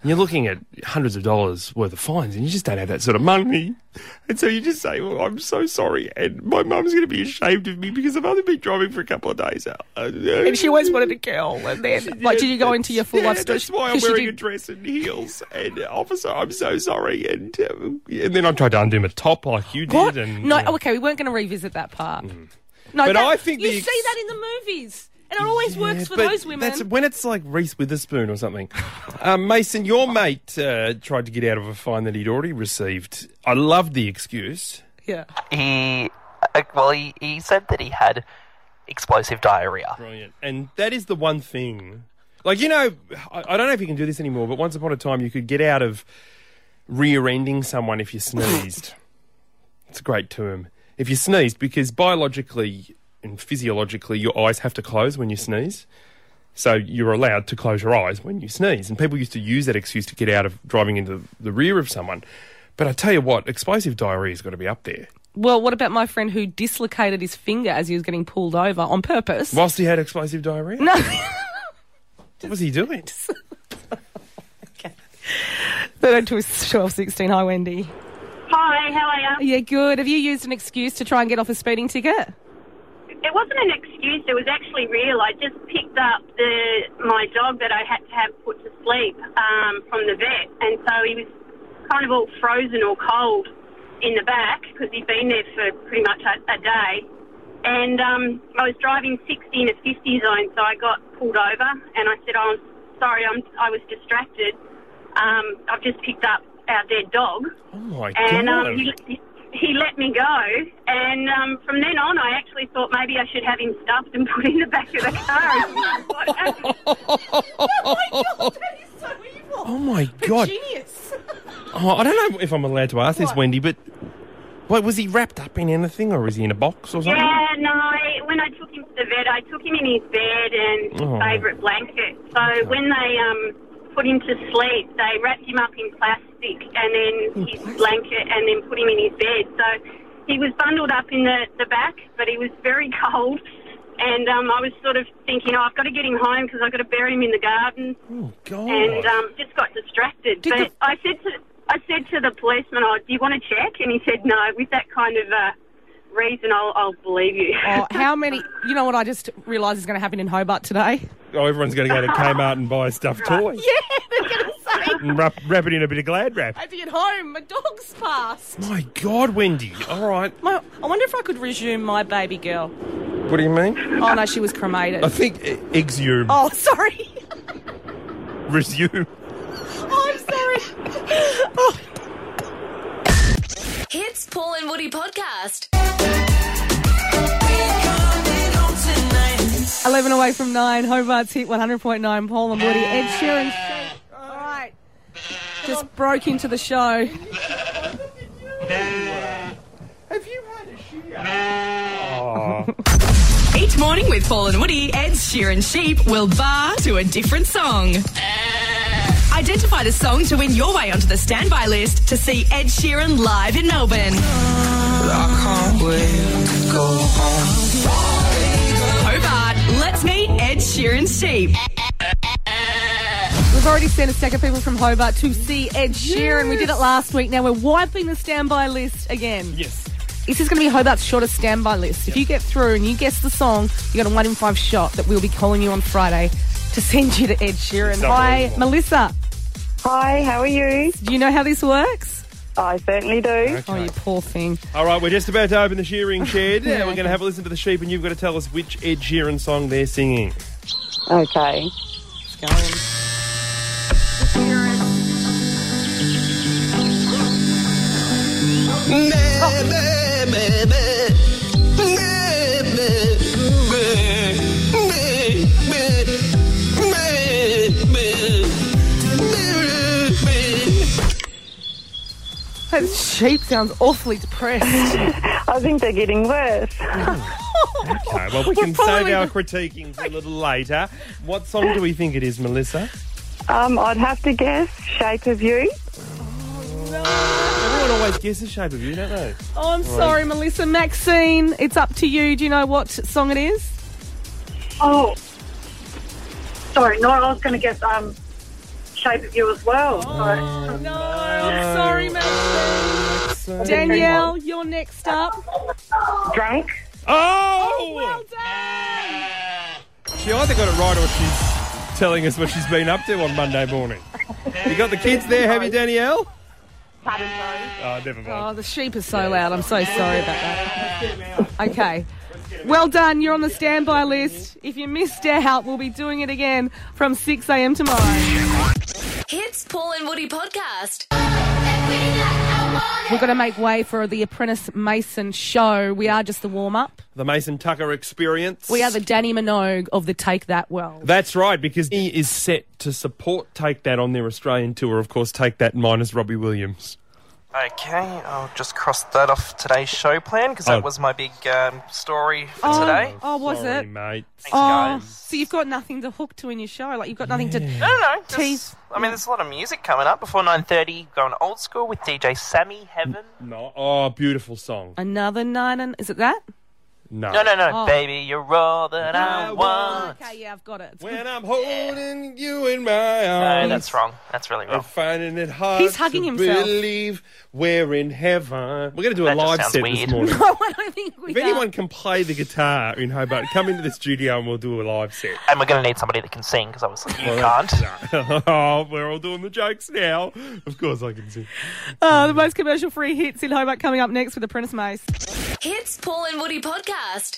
S4: And You're looking at hundreds of dollars worth of fines, and you just don't have that sort of money. And so you just say, Well, I'm so sorry. And my mum's going to be ashamed of me because I've only been driving for a couple of days.
S5: And she always
S4: [laughs]
S5: wanted a girl. And then, like, did you go into your full
S4: yeah,
S5: life story?
S4: That's why I'm
S5: 'Cause you
S4: wearing
S5: did-
S4: a dress and heels. And, uh, officer, I'm so sorry. And, uh, and then I tried to undo my top like you did.
S5: What?
S4: And,
S5: no,
S4: yeah. Mm.
S5: okay, we weren't going to revisit that part. No,
S4: But
S5: that-
S4: I think
S5: you
S4: the
S5: see that in the movies, and it always works for
S4: But
S5: those women.
S4: That's when it's like Reese Witherspoon or something. Um, Mason, your mate uh, tried to get out of a fine that he'd already received. I love the excuse.
S5: Yeah.
S14: He, uh, well, he, he said that he had explosive diarrhea.
S4: Brilliant. And that is the one thing. Like, you know, I, I don't know if you can do this anymore, but once upon a time you could get out of rear ending someone if you sneezed. it's a great term. If you sneezed, because biologically and physiologically your eyes have to close when you sneeze. So you're allowed to close your eyes when you sneeze. And people used to use that excuse to get out of driving into the rear of someone. But I tell you what, explosive diarrhea's got to be up there.
S5: Well, what about my friend who dislocated his finger as he was getting pulled over on purpose?
S4: Whilst he had explosive diarrhea?
S5: No.
S4: What was he doing?
S5: Third to his 12, 16. Hi, Wendy.
S9: Hi, how are you?
S5: Yeah, good. Have you used an excuse to try and get off a speeding ticket?
S9: It wasn't an excuse, it was actually real. I just picked up the my dog that I had to have put to sleep um, from the vet, and so he was kind of all frozen or cold.
S16: in the back because he'd been there for pretty much a, a day. And um, I was driving 60 in a 50 zone, so I got pulled over and I said, oh, I'm sorry, I'm, I was distracted. Um, I've just picked up our dead dog.
S4: Oh my
S16: and
S4: god.
S16: um, he, he let me go. And um, from then on, I actually thought maybe I should have him stuffed and [laughs] put in the back of the car.
S4: Oh my god.
S5: Genius.
S4: Oh, I don't know if I'm allowed to ask this, Wendy, but wait, was he wrapped up in anything or was he in a box or something?
S16: yeah, no. I- When I took him to the vet, I took him in his bed and
S4: Oh.
S16: favourite blanket. So when they um, put him to sleep, they wrapped him up in plastic and then his blanket and then put him in his bed. So he was bundled up in the, the back, but he was very [laughs] cold. And um, I was sort of thinking, oh, I've got to get him home because I've got to bury him in the garden.
S4: Oh god.
S16: and
S5: uh,
S16: um, just got distracted.
S4: Did
S16: but
S4: the-
S16: I said to I said to the policeman, "Oh, do you want to check?" And he said, "No." With that kind of uh, reason, I'll, I'll believe you. [laughs]
S5: Oh, how many? You know what I just realised is going to happen in Hobart today?
S4: Oh, everyone's going to go to Kmart and buy a stuffed toy
S5: Yeah, they're going to say.
S4: and wrap, wrap it in a bit of glad wrap.
S5: Over at home, my dog's passed.
S4: My God, Wendy. All right.
S5: My, I wonder if I could resume my baby girl.
S4: What do you mean?
S5: Oh no, she was cremated.
S4: I think e- exhume,
S5: Oh, sorry. [laughs]
S4: resume.
S5: Oh, I'm sorry. Oh.
S13: Hits Paul and Woody podcast.
S5: 11 away from 9, Hobart's hit 100.9, Paul and Woody, Ed Sheeran. All right. Just broke into the show.
S13: Each morning with Paul and Woody, Ed Sheeran Sheep will bar to a different song. Identify the song to win your way onto the standby list to see Ed Sheeran live in Melbourne. Hobart, let's meet Ed Sheeran Sheep.
S5: We've already sent a stack of people from Hobart to see Ed Sheeran. We did it last week. Now we're wiping the standby list again.
S4: Yes.
S5: This is going to be Hobart's shortest standby list. If you get through and you guess the song, you got a one in five shot that we'll be calling you on Friday to send you to Ed Sheeran.
S17: It's
S5: Hi,
S17: unbelievable.
S5: Melissa. Hi, how are you? Do you know how this works? I certainly do. Oh, you poor thing.
S4: All right, we're just about to open the shearing shed.
S5: [laughs] Yeah,
S4: and we're going to have a listen to the sheep, and you've got to tell us which Ed Sheeran song they're singing.
S17: Okay.
S5: That sheep sounds awfully depressed. I think they're getting worse.
S4: Okay, well, we
S5: We're
S4: can save
S5: probably-
S4: our critiquing for a little later. What song do we think it is, Melissa?
S17: Um, I'd have to guess shape of you.
S4: Everyone always guesses shape of you, don't they?
S5: Oh, I'm
S4: All right.
S5: sorry, Melissa. Maxine, it's up to you. Do you know what song it is?
S18: Oh, sorry. No, I was going to guess um, shape of you as well. so.
S5: Oh, No, I'm sorry, Maxine. Danielle, you're next up.
S18: Oh, Drunk.
S4: Oh!
S5: well done.
S4: She either got it right or she's telling us what she's been up to on Monday morning. You got the kids there, have you, Danielle? Oh, never mind.
S5: Oh, the sheep are so loud. I'm so sorry about that. Okay. Well done. You're on the standby list. If you missed out, we'll be doing it again from 6 a.m. tomorrow.
S13: Hits Paul and Woody podcast.
S5: We're going to make way for the Apprentice Mason show. We are just the warm up.
S4: The Mason Tucker experience.
S5: We are the Danny Minogue of the Take That Well.
S4: That's right, because he is set to support Take That on their Australian tour. Of course, Take That minus Robbie Williams.
S14: Okay, I'll just cross that off today's show plan because
S4: Oh.
S14: that was my big um, story for
S5: Oh,
S14: today.
S5: oh, was Sorry, it?
S4: mate.
S5: Oh, so you've got nothing to hook to in your show. Like, you've got nothing to. No,
S14: no, no. I mean, there's a lot of music coming up before 9.30, going old school with DJ Sammy Heaven.
S4: No. Oh, beautiful song.
S5: Another nine and. Is it that?
S4: No.
S14: No, no, no.
S5: Oh.
S14: Baby, you're all that I, want.
S5: Okay, Oh, yeah, I've got it.
S4: When I'm holding you in my arms.
S16: No, Uh, that's wrong. That's really wrong.
S4: I'm finding it hard.
S5: He's hugging
S4: to
S5: himself.
S4: Believe we're in heaven. We're going to do a
S16: That just
S4: live
S16: sounds
S4: set
S16: weird.
S4: this
S5: [laughs]
S4: morning.
S5: No, [laughs] I don't think we
S4: if anyone can play the guitar in Hobart, come into the studio and we'll do a live set.
S16: And we're going to need somebody that can sing because obviously you
S4: Well,
S16: can't.
S4: [laughs] oh, we're all doing the jokes now. Of course, I can sing.
S5: Oh, the most commercial free hits in Hobart coming up next with Apprentice Mace.
S3: Hits Paul and Woody podcast.